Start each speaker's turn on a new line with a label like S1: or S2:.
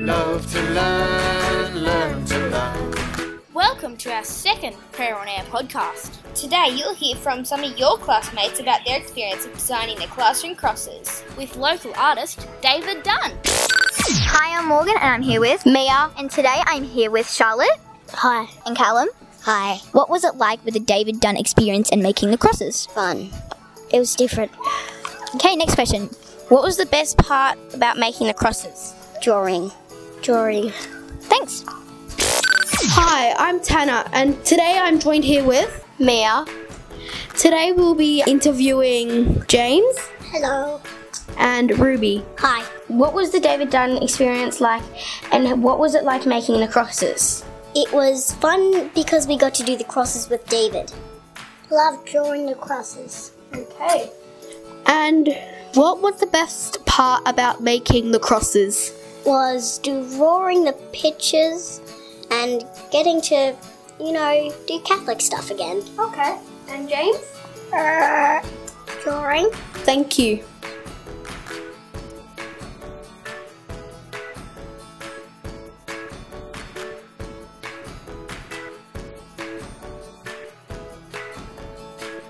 S1: Love to learn, learn to learn.
S2: Welcome to our second Prayer on Air podcast. Today you'll hear from some of your classmates about their experience of designing their classroom crosses with local artist David Dunn.
S3: Hi, I'm Morgan and I'm here with Mia. And today I'm here with Charlotte. Hi. And Callum. Hi. What was it like with the David Dunn experience and making the crosses? Fun. It was different. Okay, next question. What was the best part about making the crosses? Drawing. Drawing. Thanks.
S4: Hi, I'm Tana, and today I'm joined here with Mia. Today we'll be interviewing James
S3: Hello.
S4: and Ruby.
S3: Hi.
S4: What was the David Dunn experience like, and what was it like making the crosses?
S3: It was fun because we got to do the crosses with David. Love drawing the crosses.
S4: Okay. And what was the best part about making the crosses?
S3: was drawing the pictures and getting to, you know, do Catholic stuff again. Uh,
S4: Okay. And James?
S3: drawing.
S4: Thank you.